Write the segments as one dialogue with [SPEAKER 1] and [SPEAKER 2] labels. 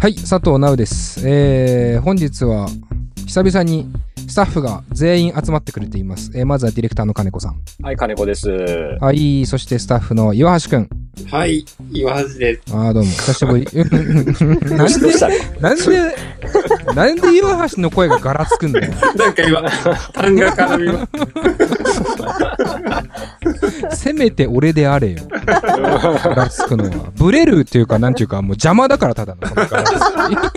[SPEAKER 1] はい、佐藤直です。えー、本日は久々にスタッフが全員集まってくれています。えー、まずはディレクターの金子さん。
[SPEAKER 2] はい、金子です。
[SPEAKER 1] はい、そしてスタッフの岩橋くん。
[SPEAKER 3] はい、岩橋です。
[SPEAKER 1] あー、どうも。久しぶり。な
[SPEAKER 2] どうんしたの
[SPEAKER 1] で、なんで、なんで岩橋の声がガラつくんだよ。
[SPEAKER 3] なんか 今、単が絡みま
[SPEAKER 1] せめて俺であれよ。ガラつくのは。ブレるっていうか、なんていうか、もう邪魔だからただの。このガラつき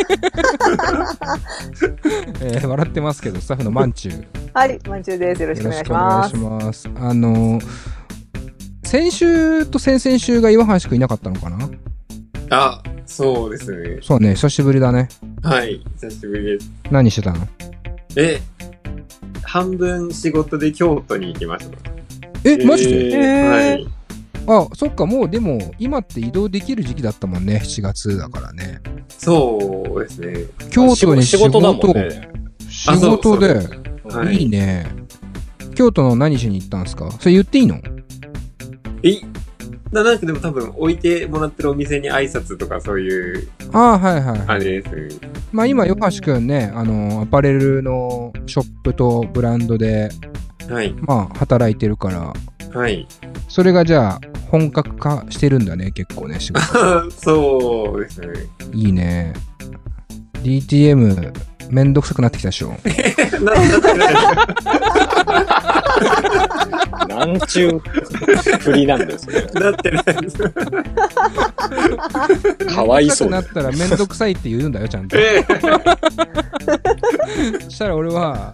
[SPEAKER 1] えー、笑ってますけど、スタッフのマンチュー。
[SPEAKER 4] はい、まんちゅうです。よろしくお願いします。
[SPEAKER 1] よろしくお願いします。あの先週と先々週が岩橋くんいなかったのかな
[SPEAKER 3] あ、そうですね。
[SPEAKER 1] そうね、久しぶりだね。
[SPEAKER 3] はい、久しぶりです。
[SPEAKER 1] 何してたの
[SPEAKER 3] え、半分仕事で京都に行きました。
[SPEAKER 1] え、マジで、
[SPEAKER 3] は
[SPEAKER 4] え
[SPEAKER 3] い。
[SPEAKER 1] あ、そっか、もうでも、今って移動できる時期だったもんね、7月だからね。
[SPEAKER 3] そうですね。
[SPEAKER 1] 京都に仕事
[SPEAKER 2] だもんね。
[SPEAKER 1] 仕事
[SPEAKER 3] あ
[SPEAKER 1] で、
[SPEAKER 3] そうは
[SPEAKER 1] い
[SPEAKER 3] い
[SPEAKER 1] いね。京都の何しに行ったんですかそれ言っていいの
[SPEAKER 3] え、ななんかでも多分置いてもらってるお店に挨拶とかそういう
[SPEAKER 1] ああ、はいはい。
[SPEAKER 3] あれですね。
[SPEAKER 1] まあ今、岩橋くんね、あの、アパレルのショップとブランドで、
[SPEAKER 3] はい、
[SPEAKER 1] まあ働いてるから、
[SPEAKER 3] はい。
[SPEAKER 1] それがじゃあ本格化してるんだね結構ね仕事
[SPEAKER 3] そうですね。
[SPEAKER 1] いいね DTM めんどくさくなってきたでしょ
[SPEAKER 3] なんだって
[SPEAKER 2] なんちゅう振りなんで すね。
[SPEAKER 3] ない、なってないです。
[SPEAKER 2] かわいそう
[SPEAKER 1] めんどくさくな
[SPEAKER 2] で
[SPEAKER 1] ったらめんどくさいって言うんだよちゃんと
[SPEAKER 3] え
[SPEAKER 1] そ したら俺は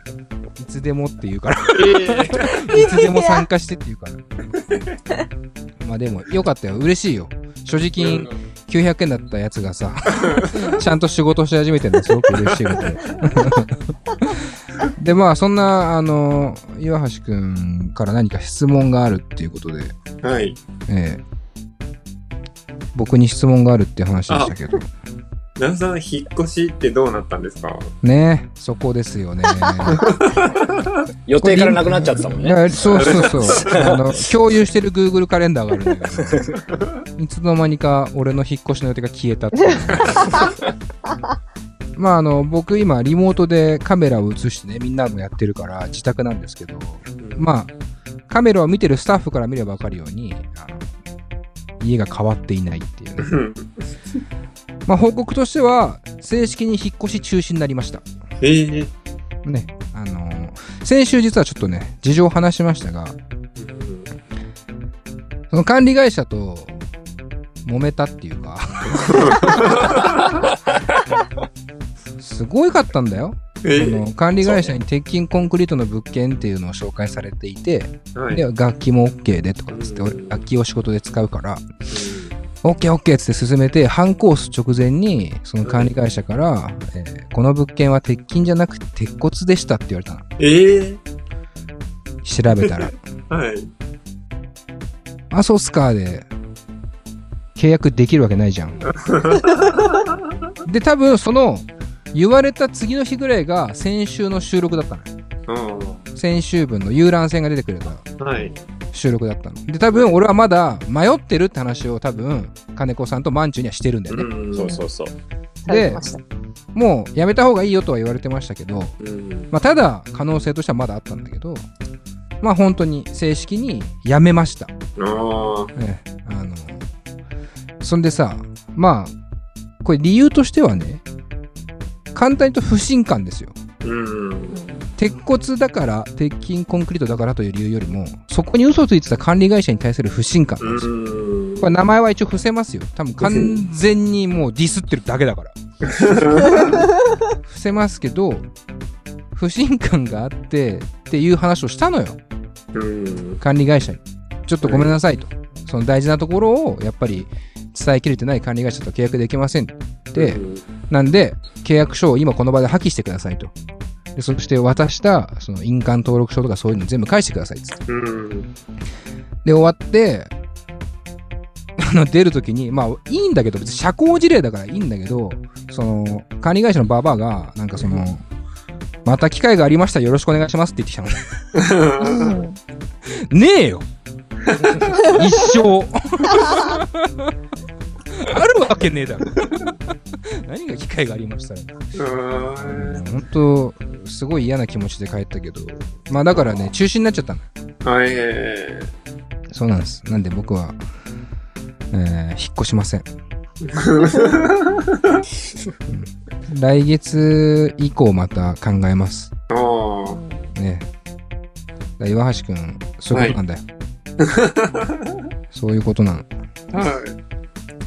[SPEAKER 1] いつでもって言うから
[SPEAKER 3] ー
[SPEAKER 1] いつでも参加してって言うからまあでもよかったよ嬉しいよ所持金900円だったやつがさ ちゃんと仕事し始めてるのすごく嬉しいことで でまあそんなあの岩橋くんから何か質問があるっていうことで、
[SPEAKER 3] はい。
[SPEAKER 1] ええ僕に質問があるって話でしたけど
[SPEAKER 3] 奈良さん、引っ越しってどうなったんですか
[SPEAKER 1] ねそこですよ ね
[SPEAKER 2] す。予定からなくなっちゃってたもん
[SPEAKER 1] い
[SPEAKER 2] ね。
[SPEAKER 1] やそうそうそう あの共有してる Google カレンダーがあるんだ けどいつの間にか俺の引っ越しの予定が消えたっていう まああの僕今リモートでカメラを映してねみんなもやってるから自宅なんですけどまあカメラを見てるスタッフから見れば分かるようにあの家が変わっていないっていうね、
[SPEAKER 3] うん
[SPEAKER 1] まあ、報告としては正式に引っ越し中止になりました
[SPEAKER 3] えー
[SPEAKER 1] ねあの先週実はちょっとね事情を話しましたが
[SPEAKER 3] うん
[SPEAKER 1] その管理会社と揉めたっていうかすごいかったんだよ、
[SPEAKER 3] え
[SPEAKER 1] そ
[SPEAKER 3] ー
[SPEAKER 1] の管理会社に鉄筋コンクリートの物件っていうのを紹介されていて、
[SPEAKER 3] はい
[SPEAKER 1] で楽器も OK でとかっつって、
[SPEAKER 3] うん
[SPEAKER 1] 俺楽器を仕事で使うから OKOK っつって進めて半コース直前にその管理会社から、えーこの物件は鉄筋じゃなくて鉄骨でしたって言われたの
[SPEAKER 3] ええ
[SPEAKER 1] 調べたら
[SPEAKER 3] はい。
[SPEAKER 1] あそうっすかで契約できるわけないじゃんで多分その言われた次の日ぐらいが先週の収録だったのよ
[SPEAKER 3] う
[SPEAKER 1] 先週分の遊覧船が出てくれた
[SPEAKER 3] ん。はい。
[SPEAKER 1] 収録だったので多分俺はまだ迷ってるって話を多分金子さんとまんちゅうにはしてるんだよね、
[SPEAKER 3] ん
[SPEAKER 2] そうそうそう。
[SPEAKER 4] されてました
[SPEAKER 1] もうやめた方がいいよとは言われてましたけど、
[SPEAKER 3] うん。
[SPEAKER 1] まあ、ただ可能性としてはまだあったんだけどまあ本当に正式にやめました
[SPEAKER 3] あ
[SPEAKER 1] ええあのそんでさまあこれ理由としてはね簡単に言うと不信感ですよ
[SPEAKER 3] あ。うん。
[SPEAKER 1] 鉄骨だから鉄筋コンクリートだからという理由よりもそこに嘘をついてた管理会社に対する不信感なんですよ
[SPEAKER 3] うん。
[SPEAKER 1] これ名前は一応伏せますよ多分完全にもうディスってるだけだから伏せますけど不信感があってっていう話をしたのよ
[SPEAKER 3] うん。
[SPEAKER 1] 管理会社にちょっとごめんなさいと、その大事なところをやっぱり伝えきれてない管理会社と契約できませんって、なんで契約書を今この場で破棄してくださいとでそして渡したその印鑑登録書とかそういうの全部返してくださいっつって
[SPEAKER 3] うん。
[SPEAKER 1] で終わってあの出るときにまあいいんだけど別に社交辞令だからいいんだけどその管理会社のババアがなんかそのまた機会がありましたらよろしくお願いしますって言ってきたの
[SPEAKER 4] うん
[SPEAKER 1] ねえ よ一生あるわけねえだろ何が機会がありましたら、
[SPEAKER 3] は
[SPEAKER 1] 本当すごい嫌な気持ちで帰ったけど、まあだからね、中止になっちゃったの。
[SPEAKER 3] い。え
[SPEAKER 1] そうなんです。なんで僕は、えー引っ越しま せん。うん来月以降また考えます。
[SPEAKER 3] ー、あ
[SPEAKER 1] ね。だから岩橋くん、そういうことなんだよ。そういうことなの。
[SPEAKER 3] あ。はい。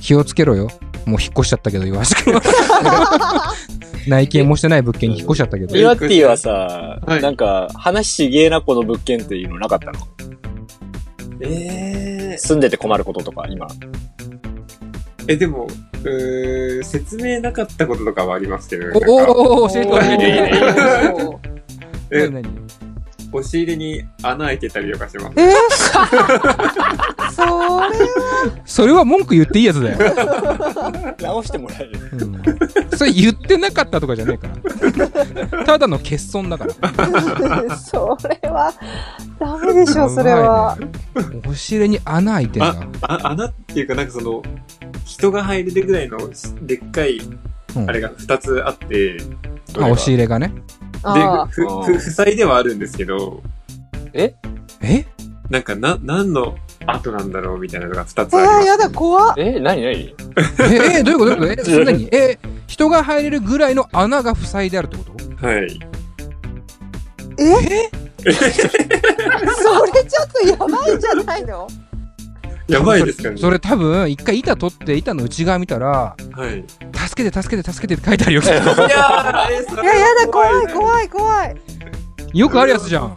[SPEAKER 1] 気をつけろよ。もう引っ越しちゃったけど、岩橋くんは。内見もしてない物件に引っ越しちゃったけど。
[SPEAKER 2] イワッティはさ、
[SPEAKER 3] はい
[SPEAKER 2] なんか、話しげえな、この物件っていうのなかったの
[SPEAKER 3] えー、
[SPEAKER 2] 住んでて困ることとか、今。
[SPEAKER 3] え、でも、うー説明なかったこととかはありますけど、
[SPEAKER 1] お
[SPEAKER 3] なんか
[SPEAKER 1] おおー教えてほしい
[SPEAKER 3] いねいいねえ
[SPEAKER 1] 何何
[SPEAKER 3] 押し入れに穴開いてたりとかします。
[SPEAKER 1] えー
[SPEAKER 4] それは
[SPEAKER 1] それは文句言っていいやつだよ。
[SPEAKER 2] 直してもらえる。
[SPEAKER 1] うんそれ言ってなかったとかじゃないからただの欠損だから
[SPEAKER 4] それはダメでしょそれは
[SPEAKER 1] う、まいねお尻に穴開いてんだ
[SPEAKER 3] あ穴っていうか、なんかその、人が入れるぐらいのでっかい、
[SPEAKER 1] うん
[SPEAKER 3] あれが2つあって、どれ
[SPEAKER 1] あ
[SPEAKER 3] が
[SPEAKER 1] 押し入れがね
[SPEAKER 4] あ
[SPEAKER 3] で、ふ、ふ、ふ塞いではあるんですけど、
[SPEAKER 1] え
[SPEAKER 3] なんか、な、何の後なんだろうみたいなのが2つ
[SPEAKER 4] あ
[SPEAKER 3] あり
[SPEAKER 4] あ
[SPEAKER 3] ま
[SPEAKER 4] ー
[SPEAKER 3] す。
[SPEAKER 4] やだ怖っ
[SPEAKER 2] え、なになに
[SPEAKER 1] ええどういうことどういうことえそれ何え人が入れるぐらいの穴が塞いであるってこと
[SPEAKER 3] はい。
[SPEAKER 4] それちょっとやばいんじゃないの
[SPEAKER 3] やばいですかね。
[SPEAKER 1] それ多分一回板取って板の内側見たら
[SPEAKER 3] はい。い
[SPEAKER 1] 「助けて助けて助けて」って書い てあるよ
[SPEAKER 3] やー、えそ
[SPEAKER 4] いややだ怖い
[SPEAKER 3] い。
[SPEAKER 4] 怖い怖い
[SPEAKER 1] よくあるやつじゃん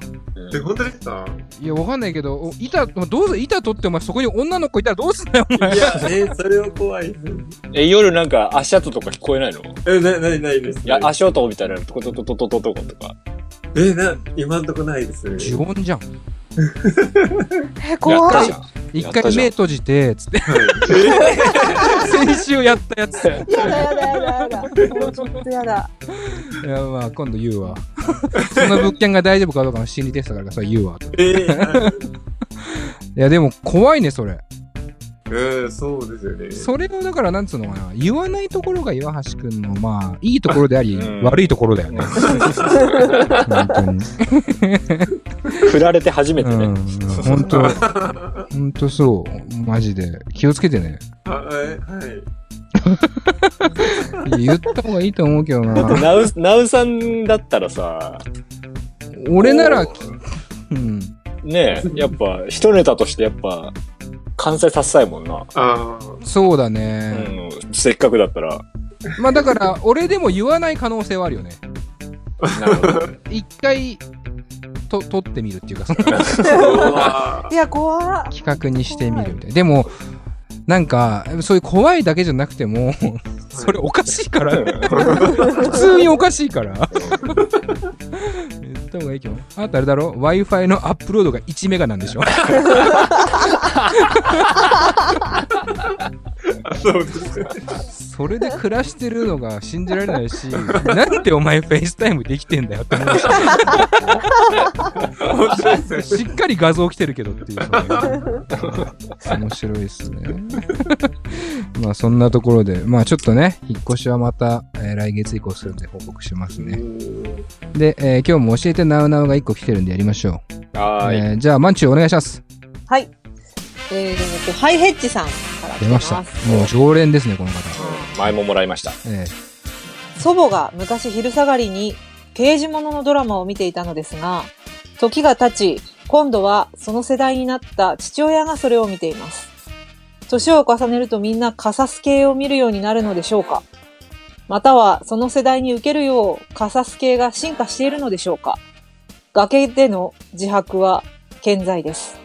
[SPEAKER 3] え、本当ですか
[SPEAKER 1] いやわかんないけどお板どうぞ板取ってお前そこに女の子いたらどうすんだ よお
[SPEAKER 3] いや
[SPEAKER 1] 前、
[SPEAKER 3] えそれは怖いです。
[SPEAKER 2] え、夜なんか足音とか聞こえないのい
[SPEAKER 3] え、な、ない、ないです、ね。
[SPEAKER 2] や、足音みたいなの、トコトコトコトコとか。
[SPEAKER 3] え、な、今んとこないですね。
[SPEAKER 1] 呪文じゃん
[SPEAKER 4] え怖
[SPEAKER 2] やった
[SPEAKER 4] い
[SPEAKER 2] じゃん。
[SPEAKER 1] 一回目閉じてつって先週やったやつ
[SPEAKER 4] やだやだやだやだもうちょっとやだ
[SPEAKER 1] いやまあ今度言うわ その物件が大丈夫かどうかの心理テストだからそれ言うわい
[SPEAKER 3] え ー、
[SPEAKER 1] やでも怖いねそれ
[SPEAKER 3] うん、そうですよね。
[SPEAKER 1] それをだからなんつうのかな言わないところが岩橋くんのまあいいところであり、
[SPEAKER 2] うん
[SPEAKER 1] 悪いところだ よね本当に
[SPEAKER 2] 振られて初めて
[SPEAKER 1] うんうん
[SPEAKER 2] ね。
[SPEAKER 1] 本当本当そうマジで気をつけてね
[SPEAKER 3] あはい、はい。
[SPEAKER 1] 言った方がいいと思うけど な
[SPEAKER 2] ナウ、ナウさんだったらさ、
[SPEAKER 1] 俺なら
[SPEAKER 3] こ
[SPEAKER 1] うん
[SPEAKER 2] ねえ、やっぱ、一ネタとしてやっぱ、完成させたいもんな。
[SPEAKER 3] うあー
[SPEAKER 1] そうだ
[SPEAKER 2] う
[SPEAKER 1] ね、
[SPEAKER 2] ん、せっかくだったら。
[SPEAKER 1] まあだから俺でも言わない可能性はあるよね
[SPEAKER 2] なるほ ど。
[SPEAKER 1] 一回と撮ってみるっていうかその
[SPEAKER 3] うわ
[SPEAKER 4] いや怖っ
[SPEAKER 1] 企画にしてみるみたいな。でも、なんか、そういう怖いだけじゃなくても、それおかしいから、普通におかしいから。 言った方がいいけど。あとあれだろ ?Wi-Fi のアップロードが1メガなんでしょ
[SPEAKER 3] ーそうで すね。
[SPEAKER 1] それで暮らしてるのが信じられないし、 なんでお前フェイスタイムできてんだよって思う
[SPEAKER 3] 本当ですよね。
[SPEAKER 1] し、しっかり画像来てるけどっていうのがね。面白いですね。 まあそんなところで、まあちょっとね、引っ越しはまた、えー来月以降するんで報告しますね。で、えー今日も教えてなうなうが1個来てるんでやりましょう。
[SPEAKER 2] はーい。
[SPEAKER 1] えーじゃあ、まんちゅうお願いします。
[SPEAKER 4] はいえーとハイヘッジさんから来て
[SPEAKER 1] 出ました
[SPEAKER 4] す。
[SPEAKER 1] もう常連ですね、この方。
[SPEAKER 2] 前ももらいました。
[SPEAKER 1] え
[SPEAKER 4] 祖母が昔昼下がりに刑事物のドラマを見ていたのですが、時が経ち、今度はその世代になった父親がそれを見ています。年を重ねるとみんなカサス系を見るようになるのでしょうかまたはその世代に受けるようカサス系が進化しているのでしょうか崖での自白は健在です。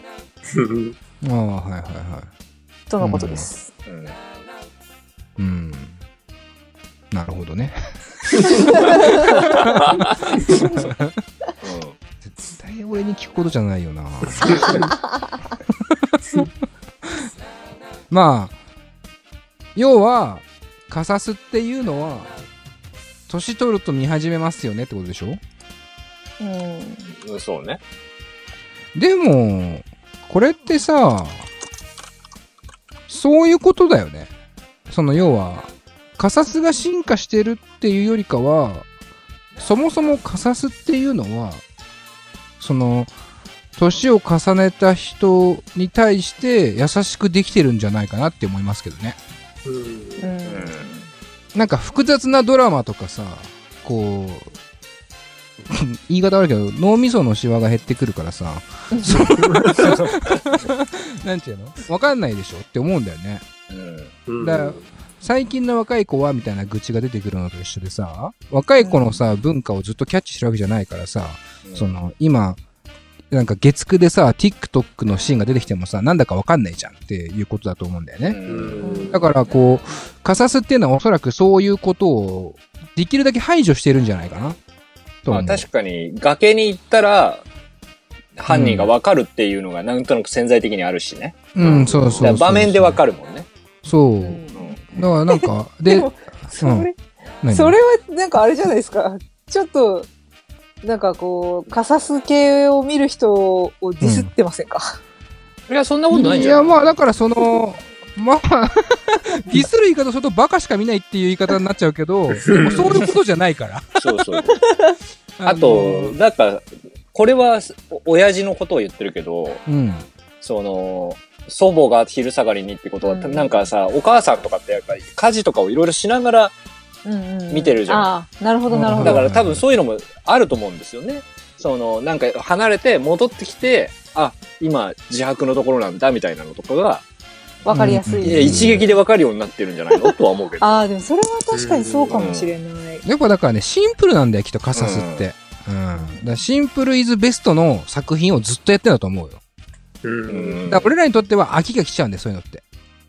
[SPEAKER 3] うん
[SPEAKER 1] ーああ、はいはいは
[SPEAKER 4] とのことです。
[SPEAKER 2] うん
[SPEAKER 1] い。うん。なるほどね。絶対俺に聞くことじゃないよ な。まあ、要は、カサスっていうのは、年取ると見始めますよねってことでしょ
[SPEAKER 4] うん。
[SPEAKER 2] うんそうね。
[SPEAKER 1] でも、これってさ、そういうことだよね。その要は、カサスが進化してるっていうよりかは、そもそもカサスっていうのは、その、年を重ねた人に対して優しくできてるんじゃないかなって思いますけどね。
[SPEAKER 3] うん
[SPEAKER 4] うん
[SPEAKER 1] なんか複雑なドラマとかさ、こう、 言い方悪いけど、脳みそのシワが減ってくるからさ、その なんていうのわかんないでしょって思うんだよね。
[SPEAKER 2] うん
[SPEAKER 3] うん
[SPEAKER 1] だから最近の若い子はみたいな愚痴が出てくるのと一緒でさ、若い子のさ、文化をずっとキャッチしてるわけじゃないからさ、その、今、なんか月9でさ、TikTok のシーンが出てきてもさ、なんだかわかんないじゃんっていうことだと思うんだよ
[SPEAKER 2] う
[SPEAKER 1] ね。
[SPEAKER 2] ん
[SPEAKER 1] だからこう、カサスっていうのはおそらくそういうことをできるだけ排除してるんじゃないかな。と
[SPEAKER 2] ま
[SPEAKER 1] 思う
[SPEAKER 2] あ、確かに崖に行ったら犯人が分かるっていうのがなんとなく潜在的にあるしね、
[SPEAKER 1] うん、そうそうそう
[SPEAKER 2] だから場面で分かるもんね、
[SPEAKER 1] そうう。
[SPEAKER 4] ん
[SPEAKER 2] うん
[SPEAKER 1] だからなんか、で、
[SPEAKER 4] でもそれ、
[SPEAKER 1] 何
[SPEAKER 4] それはなんかあれじゃないですか。ちょっと、なんかこう、カサス系を見る人をディスってませんか、
[SPEAKER 5] いや、そんなことない
[SPEAKER 1] い
[SPEAKER 5] じゃ
[SPEAKER 1] や、
[SPEAKER 5] ん。
[SPEAKER 1] まあだからその、まあ、 ディスる言い方するとバカしか見ないっていう言い方になっちゃうけど、でもそういうことじゃないから。
[SPEAKER 2] そうそう
[SPEAKER 1] の
[SPEAKER 2] あと、なんかこれはお親父のことを言ってるけど
[SPEAKER 1] うん。
[SPEAKER 2] その祖母が昼下がりにってことは、
[SPEAKER 4] うん
[SPEAKER 2] なんかさお母さんとかってやっぱり家事とかをいろいろしながら
[SPEAKER 4] うんうん、
[SPEAKER 2] 見てるじゃん
[SPEAKER 4] ああ、なるほど、なるほ
[SPEAKER 1] うん
[SPEAKER 4] ど。
[SPEAKER 2] だから多分そういうのもあると思うんですよね。そのなんか離れて戻ってきてあ今自白のところなんだみたいなのとかが
[SPEAKER 4] わかりやす
[SPEAKER 1] う
[SPEAKER 4] い。
[SPEAKER 1] ん
[SPEAKER 2] いや一撃で分かるようになってるんじゃないのとは思うけど。
[SPEAKER 4] ああ、でもそれは確かにそうかもしれない。
[SPEAKER 1] やっぱだからね、シンプルなんだよ、きっとカサスって。うん。だからシンプルイズベストの作品をずっとやってんだと思うよ。
[SPEAKER 3] うん
[SPEAKER 2] うん
[SPEAKER 1] だから俺らにとっては飽きが来ちゃうんだよ、そういうのって。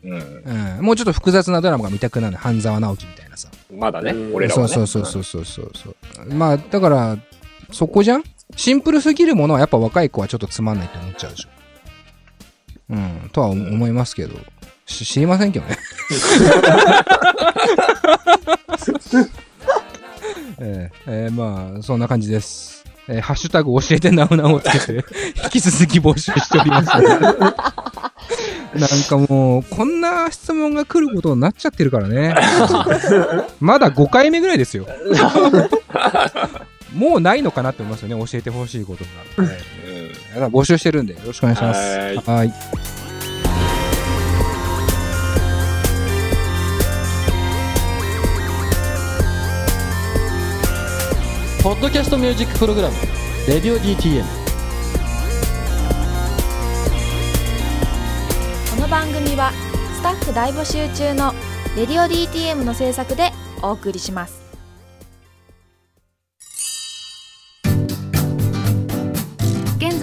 [SPEAKER 2] うん
[SPEAKER 1] うん。もうちょっと複雑なドラマが見たくなる。半沢直樹みたいなさ。
[SPEAKER 2] まだね
[SPEAKER 3] うん
[SPEAKER 2] 俺らは
[SPEAKER 1] そう
[SPEAKER 2] ね。
[SPEAKER 1] そうそうそうそうそうそう。まあ、だから、そこじゃんシンプルすぎるものはやっぱ若い子はちょっとつまんないって思っちゃうでしょ。うん、とは思思いますけど。し知りませんけ どね。ええええまあ、そんな感じです。ええハッシュタグ教えてなうなうをつけて、引き続き募集しており ます。なんかもう、こんな質問が来ることになっちゃってるからね。まだ5回目ぐらいですよ。 もうないのかなって思いますよね。教えてほしいことが。 はい
[SPEAKER 2] うん
[SPEAKER 1] だから募集してるんで、よろしくお願いします。
[SPEAKER 2] はーい
[SPEAKER 1] はーい。
[SPEAKER 5] ポッドキャストミュージックプログラム、レディオ DTM。
[SPEAKER 6] この番組はスタッフ大募集中の「レディオ DTM」の制作でお送りします。
[SPEAKER 7] 現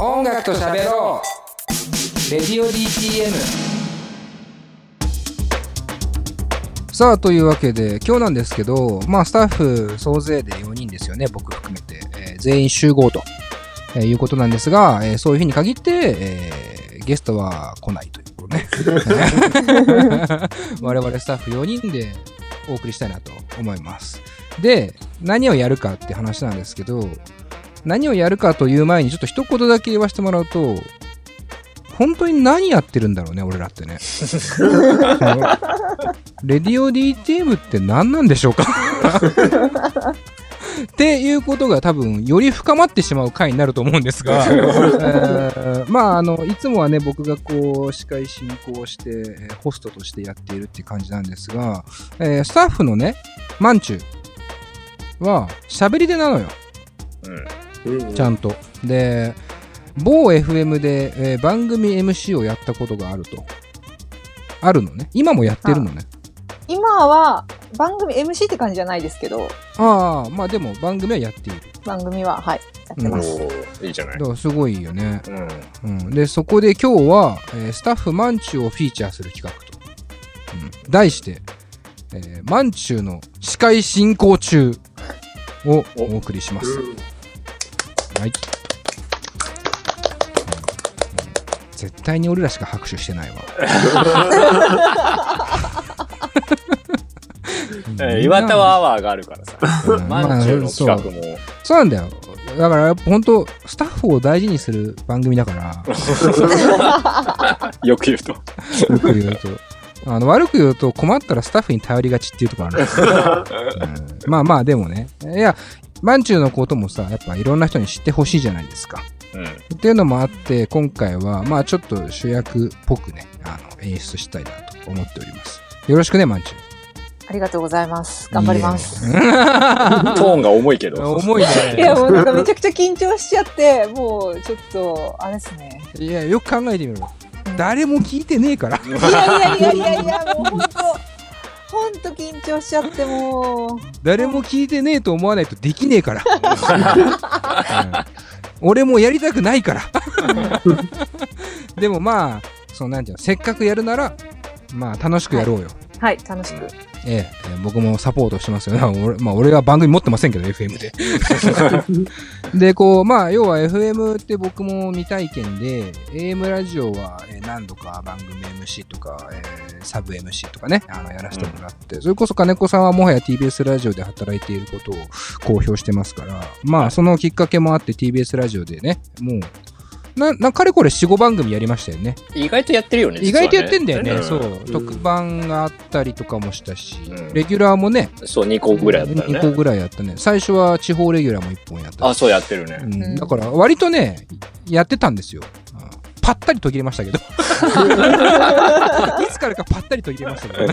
[SPEAKER 1] 音楽と喋ろうレディオ DTM さあというわけで今日なんですけど、まあ、スタッフ総勢で4人ですよね僕含めて、えー全員集合と、えーいうことなんですが、えーそういう日に限って、えーゲストは来ないということね 我々スタッフ4人でお送りしたいなと思いますで何をやるかって話なんですけど何をやるかという前にちょっと一言だけ言わせてもらうと本当に何やってるんだろうね俺らってねそのレディオ DTM って何なんでしょうかっていうことが多分より深まってしまう回になると思うんですが、えーまああのいつもはね僕がこう司会進行してえーホストとしてやっているっていう感じなんですが、えースタッフのねマンチュは喋り手なのよ
[SPEAKER 2] うん
[SPEAKER 3] うん
[SPEAKER 1] ちゃんと。で、某 FM で、えー番組 MC をやったことがあると。あるのね。今もやってるのね。
[SPEAKER 4] 今は、番組 MC って感じじゃないですけど、
[SPEAKER 1] ああ、まあでも番組はやっている。
[SPEAKER 4] 番組は、はい、やって
[SPEAKER 1] うん
[SPEAKER 4] ます。
[SPEAKER 2] おーいいじゃない
[SPEAKER 1] だ。からすごいよね。
[SPEAKER 2] うん
[SPEAKER 1] うん、で、そこで今日は、えースタッフマンチュをフィーチャーする企画と。うん、題して、えー、満中の司会進行中をお送りします。
[SPEAKER 3] うん
[SPEAKER 1] はい。絶対に俺らしか拍手してないわ。
[SPEAKER 2] えー岩田はアワーがあるからさ。
[SPEAKER 1] うん、
[SPEAKER 2] マ
[SPEAKER 1] まあ
[SPEAKER 2] ンチューの
[SPEAKER 1] そ
[SPEAKER 2] 企
[SPEAKER 1] う。
[SPEAKER 2] 画も。
[SPEAKER 1] そうなんだよ。だからやっぱ本当スタッフを大事にする番組だから。
[SPEAKER 2] よく言うと。
[SPEAKER 1] よく言うと。 あの悪く言うと困ったらスタッフに頼りがちっていうところあるんですよ、う んまあまあでもねいやマンチュのこともさやっぱいろんな人に知ってほしいじゃないですか
[SPEAKER 2] うん。
[SPEAKER 1] っていうのもあって今回はまあちょっと主役っぽくねあの演出したいなと思っておりますよろしくねマンチュ
[SPEAKER 4] ありがとうございます。頑張ります。
[SPEAKER 1] いいね
[SPEAKER 2] トーンが重いけ
[SPEAKER 1] うん
[SPEAKER 2] ど。
[SPEAKER 1] 重い
[SPEAKER 4] いや、もうなんかめちゃくちゃ緊張しちゃって、もうちょっと、あれです ね。
[SPEAKER 1] ねいやよく考えてみろ誰も聞いてねえから
[SPEAKER 4] いやいやいやいやいや、もう本当、本当緊張しちゃって、もう。
[SPEAKER 1] 誰も聞いてねえと思わないとできねえから、うん俺もやりたくないから でもまあそのなんていうのせっかくやるならまあ楽しくやろうよ、
[SPEAKER 4] はい、楽しく。
[SPEAKER 1] ええええ僕もサポートしてますよ、 俺まあ、俺は番組持ってませんけど FM ででこうまあ要は FM って僕も未体験で AM ラジオはえー何度か番組 MC とか、えーサブ MC とかねあのやらせてもらって、それこそ金子さんはもはや TBS ラジオで働いていることを公表してますからまあそのきっかけもあって TBS ラジオでねもうななかれこれ45番組やりましたよね
[SPEAKER 2] 意外とやってるよね。
[SPEAKER 1] 意外とやってんだよね、
[SPEAKER 2] 実
[SPEAKER 1] そ
[SPEAKER 2] は
[SPEAKER 1] う、。特番があったりとかもしたし、
[SPEAKER 2] うん
[SPEAKER 1] レギュラーもね
[SPEAKER 2] そう、2個ぐらいやった
[SPEAKER 1] 2
[SPEAKER 2] よ
[SPEAKER 1] 個
[SPEAKER 2] ね。
[SPEAKER 1] ぐらいやったね最初は地方レギュラーも1本やった
[SPEAKER 2] あ、そうやってる
[SPEAKER 1] う
[SPEAKER 2] ね。
[SPEAKER 1] ん、だから割とねやってたんですよ、うんパッタリ途切れま したけどいつからかパッタリ途切れました けど、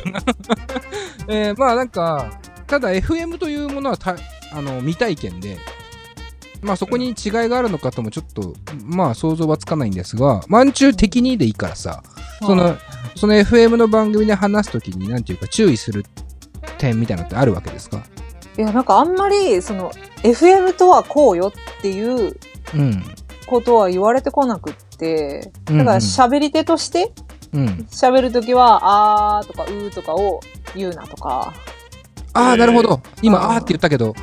[SPEAKER 1] えーまあなんかただ FM というものはたあの未体験でまあそこに違いがあるのかともちょっとまあ想像はつかないんですが「まんちゅう的に」でいいからさ、そ
[SPEAKER 4] はい
[SPEAKER 1] の、その FM の番組で話すときに、なんていうか注意する点みたいなのってあるわけですか
[SPEAKER 4] いや、なんかあんまり、その、FM とはこうよっていう
[SPEAKER 1] うん。
[SPEAKER 4] ことは言われてこなくって、だから喋り手として
[SPEAKER 1] うん。
[SPEAKER 4] 喋るときは、あーとかうーとかを言うなとか。
[SPEAKER 1] ああ、なるほど。今、
[SPEAKER 4] あ
[SPEAKER 1] あ
[SPEAKER 4] ー
[SPEAKER 1] ーって言ったけど、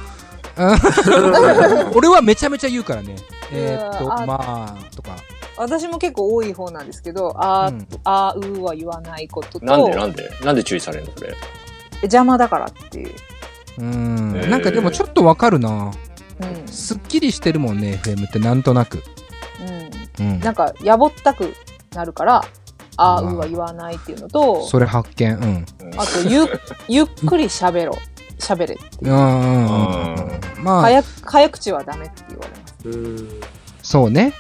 [SPEAKER 1] あ ー俺はめちゃめちゃ言うからね。えーっと、
[SPEAKER 4] うわー
[SPEAKER 1] まあ、とか。
[SPEAKER 4] 私も結構多い方なんですけど、あー、
[SPEAKER 1] うん
[SPEAKER 4] あーうーは言わないことと、
[SPEAKER 2] なんでなんでなんで注意されるのそれ。
[SPEAKER 4] 邪魔だからっていう。
[SPEAKER 1] うーん。
[SPEAKER 2] えー
[SPEAKER 1] なんかでもちょっとわかるな。
[SPEAKER 4] うん。
[SPEAKER 1] すっきりしてるもんね、FM ってなんとなく。う
[SPEAKER 4] う
[SPEAKER 1] ん
[SPEAKER 4] ん。なんか、やぼったくなるから、あー
[SPEAKER 1] うわ
[SPEAKER 4] うーは言わないっていうのと、
[SPEAKER 1] それ発見。うん。
[SPEAKER 2] うん
[SPEAKER 4] あと、ゆ、ゆっ くり喋ろ。喋れ。
[SPEAKER 1] うんうんうんうんまあ、
[SPEAKER 4] 早く、早口はダメって言われます。
[SPEAKER 3] うん
[SPEAKER 1] そうね。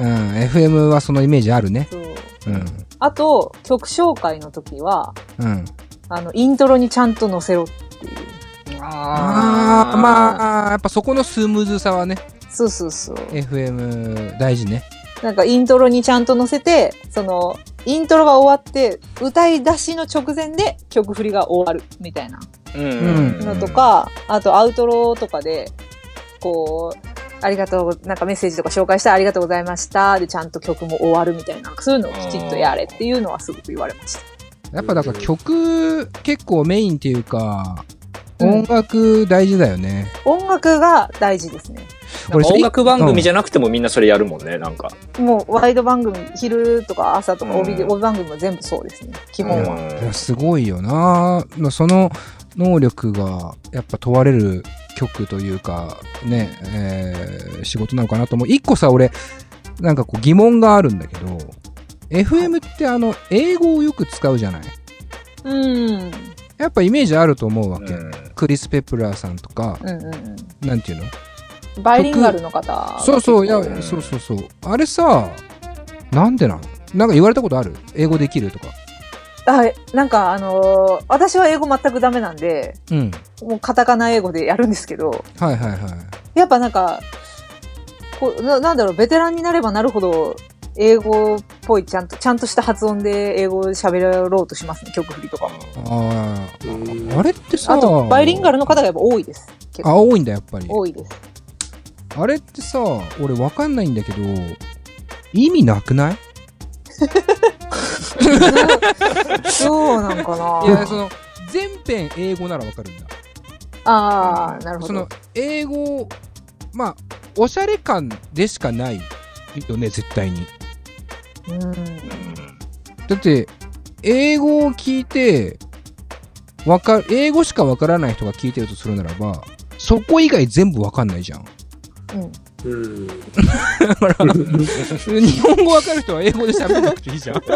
[SPEAKER 4] うん。
[SPEAKER 1] うん。FM はそのイメージあるね。
[SPEAKER 4] そう。
[SPEAKER 1] うん。
[SPEAKER 4] あと、曲紹介の時は、
[SPEAKER 1] うん。
[SPEAKER 4] あの、イントロにちゃんと載せろっていう。
[SPEAKER 1] あーまあやっぱそこのスムーズさはね
[SPEAKER 4] そうそうそう。
[SPEAKER 1] FM 大事ね
[SPEAKER 4] なんかイントロにちゃんと載せて、その、イントロが終わって、歌い出しの直前で曲振りが終わるみたいな
[SPEAKER 2] うん
[SPEAKER 1] うん
[SPEAKER 4] のとか、あとアウトロとかで、こう、ありがとう、なんかメッセージとか紹介したらありがとうございましたでちゃんと曲も終わるみたいな、そういうのをきちんとやれっていうのはすごく言われました。
[SPEAKER 1] やっぱだから曲結構メインっていうか
[SPEAKER 4] うん
[SPEAKER 1] 音楽大事だよね、
[SPEAKER 4] 音楽が大事ですね。
[SPEAKER 2] なんか音楽番組じ
[SPEAKER 1] ゃ、
[SPEAKER 2] ゃなくてもみんなそれやるもんね、なんか。
[SPEAKER 4] もうワイド番組、昼とか朝とか帯で、
[SPEAKER 2] うん
[SPEAKER 4] 帯番組も全部そうですね。基
[SPEAKER 1] うん
[SPEAKER 4] 本は。
[SPEAKER 1] いや
[SPEAKER 2] う
[SPEAKER 1] すごいよなまあその能力がやっぱ問われる曲というかね、えー仕事なのかなと思う一個さ俺なんかこう疑問があるんだけど FM ってあの英語をよく使うじゃない
[SPEAKER 4] うん。
[SPEAKER 1] やっぱイメージあると思うわけ、
[SPEAKER 2] ん
[SPEAKER 1] クリス・ペプラーさんとか、
[SPEAKER 4] うんうんう
[SPEAKER 1] なんていうの
[SPEAKER 4] ん。バイリンガルの方が
[SPEAKER 1] そうそう、いや
[SPEAKER 2] う、ん
[SPEAKER 1] そうそうそう。あれさ、なんでなのなんか言われたことある英語できるとか。
[SPEAKER 4] はい。なんか、あのー私は英語全くダメなんで、
[SPEAKER 1] うん。
[SPEAKER 4] もうカタカナ英語でやるんですけど、
[SPEAKER 1] はいはいはい。
[SPEAKER 4] やっぱなんか、こうななんだろう、ベテランになればなるほど、英語っぽい、ちゃんと、ちゃんとした発音で英語で喋ろうとしますね、曲振りとかも。
[SPEAKER 1] あ
[SPEAKER 3] うん
[SPEAKER 1] あ、あれってさ、
[SPEAKER 4] あと、バイリンガルの方がやっぱ多いです。結
[SPEAKER 1] あ、
[SPEAKER 4] 構
[SPEAKER 1] 多いんだ、やっぱり。
[SPEAKER 4] 多いです。
[SPEAKER 1] あれってさ、俺わかんないんだけど、意味なくない
[SPEAKER 4] そうなんか
[SPEAKER 1] いや、
[SPEAKER 4] な
[SPEAKER 1] その、全編英語ならわかるんだ
[SPEAKER 4] ああ、なるほ
[SPEAKER 1] そ
[SPEAKER 4] ど
[SPEAKER 1] の。英語まあおしゃれ感でしかないよね絶対に
[SPEAKER 4] うん。
[SPEAKER 1] だって英語を聞いてわか英語しかわからない人が聞いてるとするならばそこ以外全部わかんないじゃん
[SPEAKER 4] うん。
[SPEAKER 3] うん。
[SPEAKER 1] 日本語わかる人は英語で喋らなくていいじゃん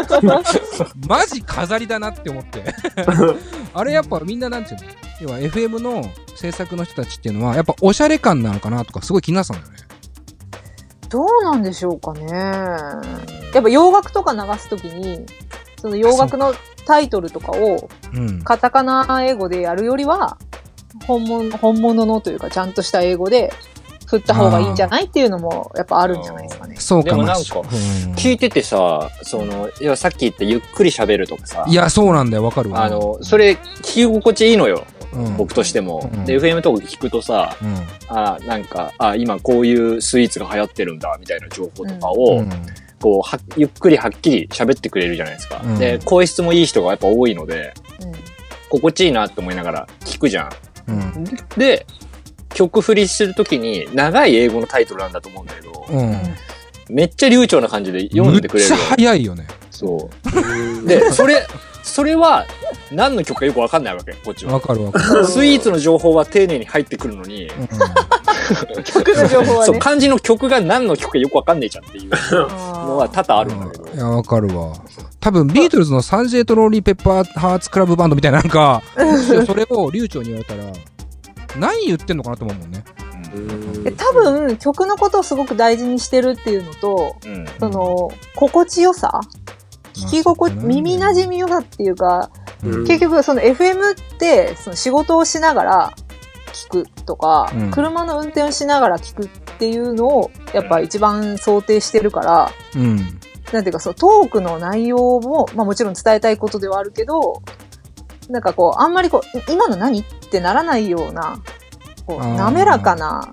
[SPEAKER 1] マジ飾りだなって思って あれやっぱみんななんていうの要は FM の制作の人たちっていうのはやっぱおしゃれ感なのかなとかすごい気になってたんだよね
[SPEAKER 4] どうなんでしょうかね。やっぱ洋楽とか流すときに、その洋楽のタイトルとかを
[SPEAKER 1] うん
[SPEAKER 4] カタカナ英語でやるよりは、本物、本物のというか、ちゃんとした英語で振った方がいいんじゃないっていうのも、やっぱあるんじゃないですかね。
[SPEAKER 1] そうか
[SPEAKER 2] でも
[SPEAKER 1] まあ
[SPEAKER 2] なんか
[SPEAKER 1] うん
[SPEAKER 2] 聞いててさ、その、いや、さっき言ったゆっくり喋るとかさ
[SPEAKER 1] い、やそうなんだよわかるわ
[SPEAKER 2] あの、それ聞き心地いいのよ。
[SPEAKER 1] うん
[SPEAKER 2] 僕としても。
[SPEAKER 1] うん
[SPEAKER 2] で、FM とか聞くとさ、
[SPEAKER 1] うん
[SPEAKER 2] あなんか、あ今こういうスイーツが流行ってるんだ、みたいな情報とか
[SPEAKER 1] う
[SPEAKER 2] を、
[SPEAKER 1] ん
[SPEAKER 2] こうは、ゆっくりはっきり喋ってくれるじゃないですか。
[SPEAKER 1] うん
[SPEAKER 2] で、声質もいい人がやっぱ多いので、
[SPEAKER 4] うん
[SPEAKER 2] 心地いいなって思いながら聞くじゃん。
[SPEAKER 1] うん
[SPEAKER 2] で、曲振りするときに長い英語のタイトルなんだと思うんだけど、
[SPEAKER 1] うん
[SPEAKER 2] めっちゃ流暢な感じで読んでくれる
[SPEAKER 1] む
[SPEAKER 2] よ
[SPEAKER 1] っちゃ早いよね
[SPEAKER 2] そう。で、それ、それは何の曲かよくわかんないわけ、こっち
[SPEAKER 1] わ
[SPEAKER 2] は。
[SPEAKER 1] かる わかる、
[SPEAKER 2] スイーツの情報は丁寧に入ってくるのに、
[SPEAKER 1] うん
[SPEAKER 4] 曲の情報は
[SPEAKER 2] そう、
[SPEAKER 4] ね。
[SPEAKER 2] 漢字の曲が何の曲かよくわかんねえじゃんっていうのは
[SPEAKER 4] あー
[SPEAKER 2] 多々あるんだけど
[SPEAKER 1] い。やわかるわ多分ビートルズのサンジェイト・ローリー・ペッパーハーツ・クラブバンドみたいななん かそれを流暢に言われたら何言ってんのかなと思うもんね
[SPEAKER 4] で多分、曲のことをすごく大事にしてるっていうのと、
[SPEAKER 2] うん。
[SPEAKER 4] その、心地よさ聞き心地、耳馴染みよさっていうか、
[SPEAKER 3] うん
[SPEAKER 4] 結局その FM ってその仕事をしながら聞くとか、
[SPEAKER 1] うん
[SPEAKER 4] 車の運転をしながら聞くっていうのをやっぱ一番想定してるから、
[SPEAKER 1] うん
[SPEAKER 4] なんていうかそのトークの内容も、まあ、もちろん伝えたいことではあるけどなんかこうあんまりこうい今の何ってならないようなこう
[SPEAKER 1] あー
[SPEAKER 4] 滑らかな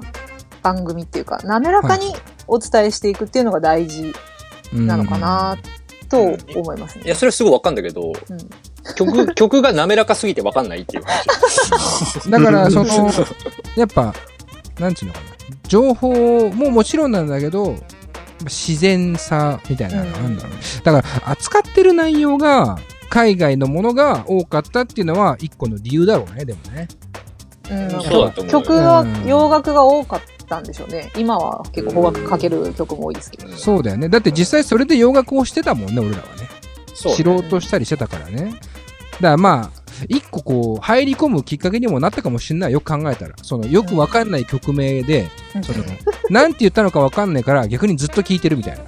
[SPEAKER 4] 番組っていうか滑らかにお伝えしていくっていうのが大事
[SPEAKER 1] うん
[SPEAKER 4] なのかなと思いますね。
[SPEAKER 2] いや、それはすごいわかんだけど、
[SPEAKER 4] うん
[SPEAKER 2] 曲、曲が滑らかすぎてわかんないっていう話。
[SPEAKER 1] だからそのやっぱなんていうのかな情報ももちろんなんだけど自然さみたいなのがあるんだろうね、だから扱ってる内容が海外のものが多かったっていうのは一個の理由だろうねでもね
[SPEAKER 4] うんなんか
[SPEAKER 2] そうだと思うよ
[SPEAKER 4] 曲は洋楽が多かったんでしょうね。今は結構邦楽かける曲も多いですけど。
[SPEAKER 1] そうだよねだって実際それで洋楽をしてたもんね俺らはね
[SPEAKER 2] そう
[SPEAKER 1] 知ろうとしたりしてたからねだからまあ一個こう入り込むきっかけにもなったかもしれないよく考えたらそのよくわかんない曲名で
[SPEAKER 4] うん
[SPEAKER 1] そのなんて言ったのかわかんないから逆にずっと聴いてるみたい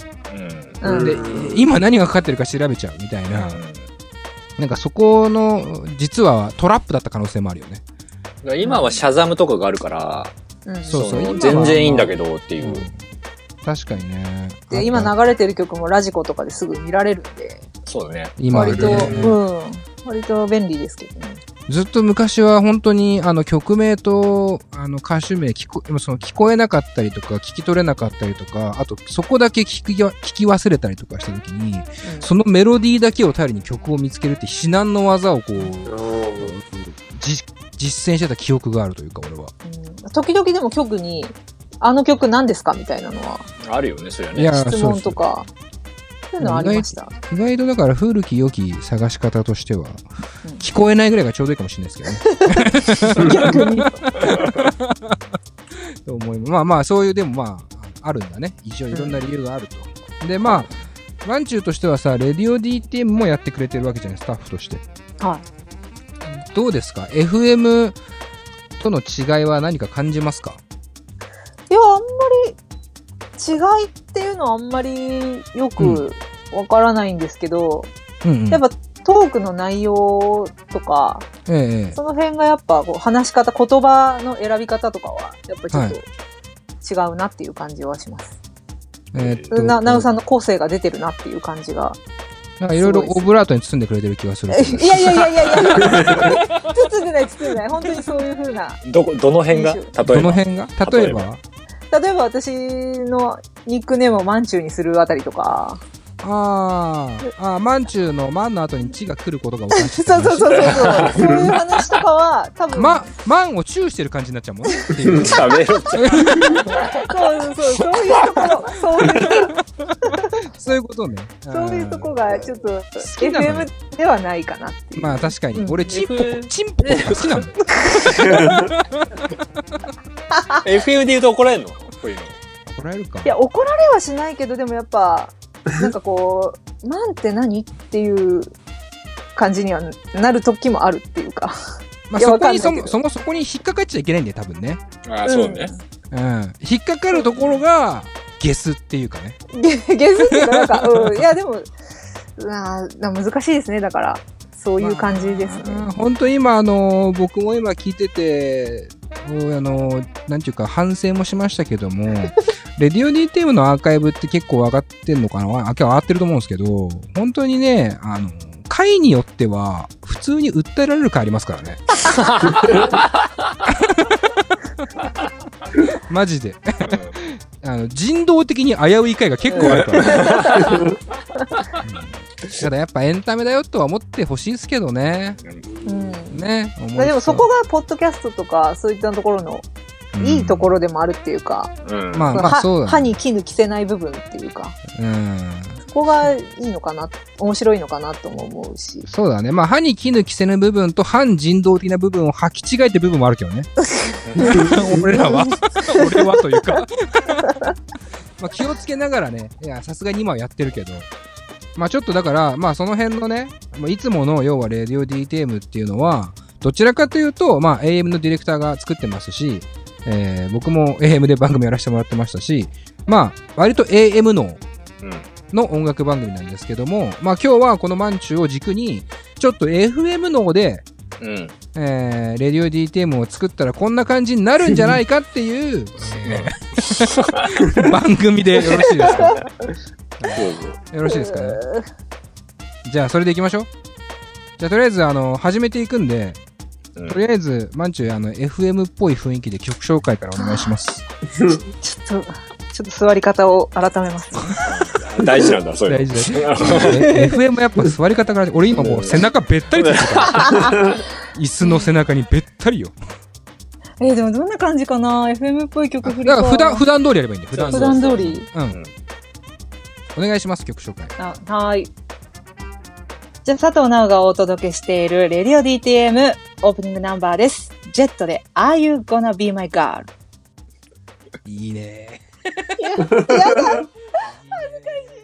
[SPEAKER 1] な
[SPEAKER 2] うん
[SPEAKER 4] うん
[SPEAKER 3] うん
[SPEAKER 1] で今何がかかってるか調べちゃうみたいな、なんかそこの実はトラップだった可能性もあるよね
[SPEAKER 2] だから今はシャザムとかがあるから、
[SPEAKER 4] うん
[SPEAKER 1] そうそう
[SPEAKER 2] の
[SPEAKER 1] 今は
[SPEAKER 2] 全然いいんだけどっていう。
[SPEAKER 1] 確かにね
[SPEAKER 4] で今流れてる曲もラジコとかですぐ見られるんで、
[SPEAKER 2] そうだね。
[SPEAKER 1] 今はね
[SPEAKER 4] 割と、うん、割と便利ですけどね。
[SPEAKER 1] ずっと昔は本当にあの曲名とあの歌手名聞こその聞こえなかったりとか聞き取れなかったりとかあとそこだけ聞きわ聞き忘れたりとかした時に
[SPEAKER 4] うん
[SPEAKER 1] そのメロディーだけを頼りに曲を見つけるって至難の技をこうじ実践してた記憶があるというか俺は。
[SPEAKER 4] うん時々でも局に、あの曲何ですかみたいなのは、
[SPEAKER 2] あるよね、そりゃ
[SPEAKER 1] い
[SPEAKER 2] ね
[SPEAKER 1] や。ー
[SPEAKER 4] 質問とか、そういうのありました。
[SPEAKER 1] 意外とだから古き良き探し方としては
[SPEAKER 4] うん
[SPEAKER 1] 聞こえないぐらいがちょうどいいかもしれないですけどね。
[SPEAKER 4] 逆 に。
[SPEAKER 1] と 思いますまあまあそういうでもまああるんだね一応いろんな理由があると、でまあワンチューとしてはさレディオ DTM もやってくれてるわけじゃないスタッフとして
[SPEAKER 4] は
[SPEAKER 1] どうですか FM との違いは何か感じますか
[SPEAKER 4] いや、あんまり、違いっていうのはあんまりよくわからないんですけど、
[SPEAKER 1] うん、うん、
[SPEAKER 4] やっぱトークの内容とか、
[SPEAKER 1] えええ
[SPEAKER 4] その辺がやっぱこう話し方、言葉の選び方とかは、やっぱちょっと違うなっていう感じはします。
[SPEAKER 1] ええーっと
[SPEAKER 4] な、なおさんの個性が出てるなっていう感じが。
[SPEAKER 1] なんかいろいろ
[SPEAKER 4] すごいで
[SPEAKER 1] オ
[SPEAKER 4] す
[SPEAKER 1] ブラートに包んでくれてる気がす
[SPEAKER 4] い
[SPEAKER 1] る
[SPEAKER 4] やいやいやいやいやいや包んでない包んでない。本当にそういう風な。
[SPEAKER 2] どこ、どの辺が
[SPEAKER 4] いい
[SPEAKER 2] 例
[SPEAKER 4] で
[SPEAKER 1] ど
[SPEAKER 2] え
[SPEAKER 1] の
[SPEAKER 2] ば。
[SPEAKER 1] 辺が例えば
[SPEAKER 2] 例
[SPEAKER 4] 例えば私のニックネームをマンチューにするあたりとか、
[SPEAKER 1] あーあー、マンチューのマンの後にチが来ることがおかしいって
[SPEAKER 4] そう
[SPEAKER 1] 話。
[SPEAKER 4] そうそうそうそう。そういう話とかは、多分、
[SPEAKER 1] ま、マンをチューしてる感じになっちゃうもんね。
[SPEAKER 2] やめ ろって。
[SPEAKER 4] そうそうそう、そういうところ、そういう、
[SPEAKER 1] そういうことね。
[SPEAKER 4] そういうとこが、ちょっと、
[SPEAKER 1] きなのよ
[SPEAKER 4] FM ではないかな。
[SPEAKER 1] うんまあ確かに。
[SPEAKER 4] うん
[SPEAKER 1] 俺、チンポコ、チンポコが好きなの。
[SPEAKER 2] FM で言うと怒られるのこういうの。
[SPEAKER 1] 怒られるか
[SPEAKER 4] い。や、怒られはしないけど、でもやっ ぱ、なんかこう、マンって何っていう感じにはなる時もあるっていうか。
[SPEAKER 1] まあ
[SPEAKER 4] いや
[SPEAKER 1] そこにそ
[SPEAKER 4] わかん
[SPEAKER 1] も、
[SPEAKER 4] ないけど
[SPEAKER 1] そもそこに引っかかっちゃいけないんだよ、多分ね。
[SPEAKER 2] ああ、そうね。
[SPEAKER 1] うん。引っかかるところが、ゲスっていうかね。
[SPEAKER 4] ゲゲスっていうか、なんか、うん。いや、でも、な難しいですね、だから。そういう感じですね。
[SPEAKER 1] まあ本当に今、あのー僕も今聞いてて、もうあのーなんていうか反省もしましたけど も、レディオ DTM のアーカイブって結構上がってんのかなあ、今日上がってると思うんですけど、本当にね、あの、回によっては、普通に訴えられる回ありますから ね。マジで。あの人道的に危うい回が結構あるから。 うんただやっぱエンタメだよとは思ってほしいですけどね。
[SPEAKER 4] うん。
[SPEAKER 1] ね。思う
[SPEAKER 4] まあでもそこがポッドキャストとかそういったところの
[SPEAKER 1] うん
[SPEAKER 4] いいところでもあるっていうか、
[SPEAKER 2] うん。
[SPEAKER 1] まあ
[SPEAKER 4] その
[SPEAKER 1] まあ
[SPEAKER 4] 歯
[SPEAKER 1] そうだ
[SPEAKER 4] 歯
[SPEAKER 1] ね。
[SPEAKER 4] に絹着せない部分っていうか
[SPEAKER 1] うん。
[SPEAKER 4] そこがいいのかな面白いのかなとも思うし
[SPEAKER 1] そうだね。まあ歯に絹着せぬ部分と反人道的な部分を履き違えてる部分もあるけど ね。俺らは俺はというか。まあ気をつけながらね、いや、さすがに今はやってるけど。まあちょっとだから、まあその辺のね、まあいつもの要はレディオ DTM っていうのは、どちらかというと、まあ AM のディレクターが作ってますし、えー僕も AM で番組やらせてもらってましたし、まあ割と AM のの音楽番組なんですけども、まあ今日はこのマンチューを軸に、ちょっと FM の方で、
[SPEAKER 2] うん。
[SPEAKER 1] えー、レディオ DTM を作ったらこんな感じになるんじゃないかっていう、えー番組でよろしいですかよろしいですかねじゃあそれでいきましょうじゃあとりあえずあの始めていくんで
[SPEAKER 2] うん
[SPEAKER 1] とりあえずマンチューあの FM っぽい雰囲気で曲紹介からお願いします
[SPEAKER 4] ちょっとちょっと座り方を改めます
[SPEAKER 2] 大事なんだ、そうい
[SPEAKER 1] 大
[SPEAKER 2] うの。
[SPEAKER 1] 事ですえ FM やっぱ座り方から俺今もう背中べったりついてるから椅子の背中にべったりよ
[SPEAKER 4] えーでもどんな感じかな FM っぽい曲振り
[SPEAKER 1] だから普段
[SPEAKER 4] 普
[SPEAKER 1] 普段通りやればいいんだよ普段通り
[SPEAKER 4] 段通り
[SPEAKER 1] うんお願いします曲紹介
[SPEAKER 4] あはーいじゃあ佐藤奈央がお届けしている「レディオ DTM」オープニングナンバーですジェットで「Are You Gonna Be My Girl
[SPEAKER 1] いいね」
[SPEAKER 4] やだ恥ずかしい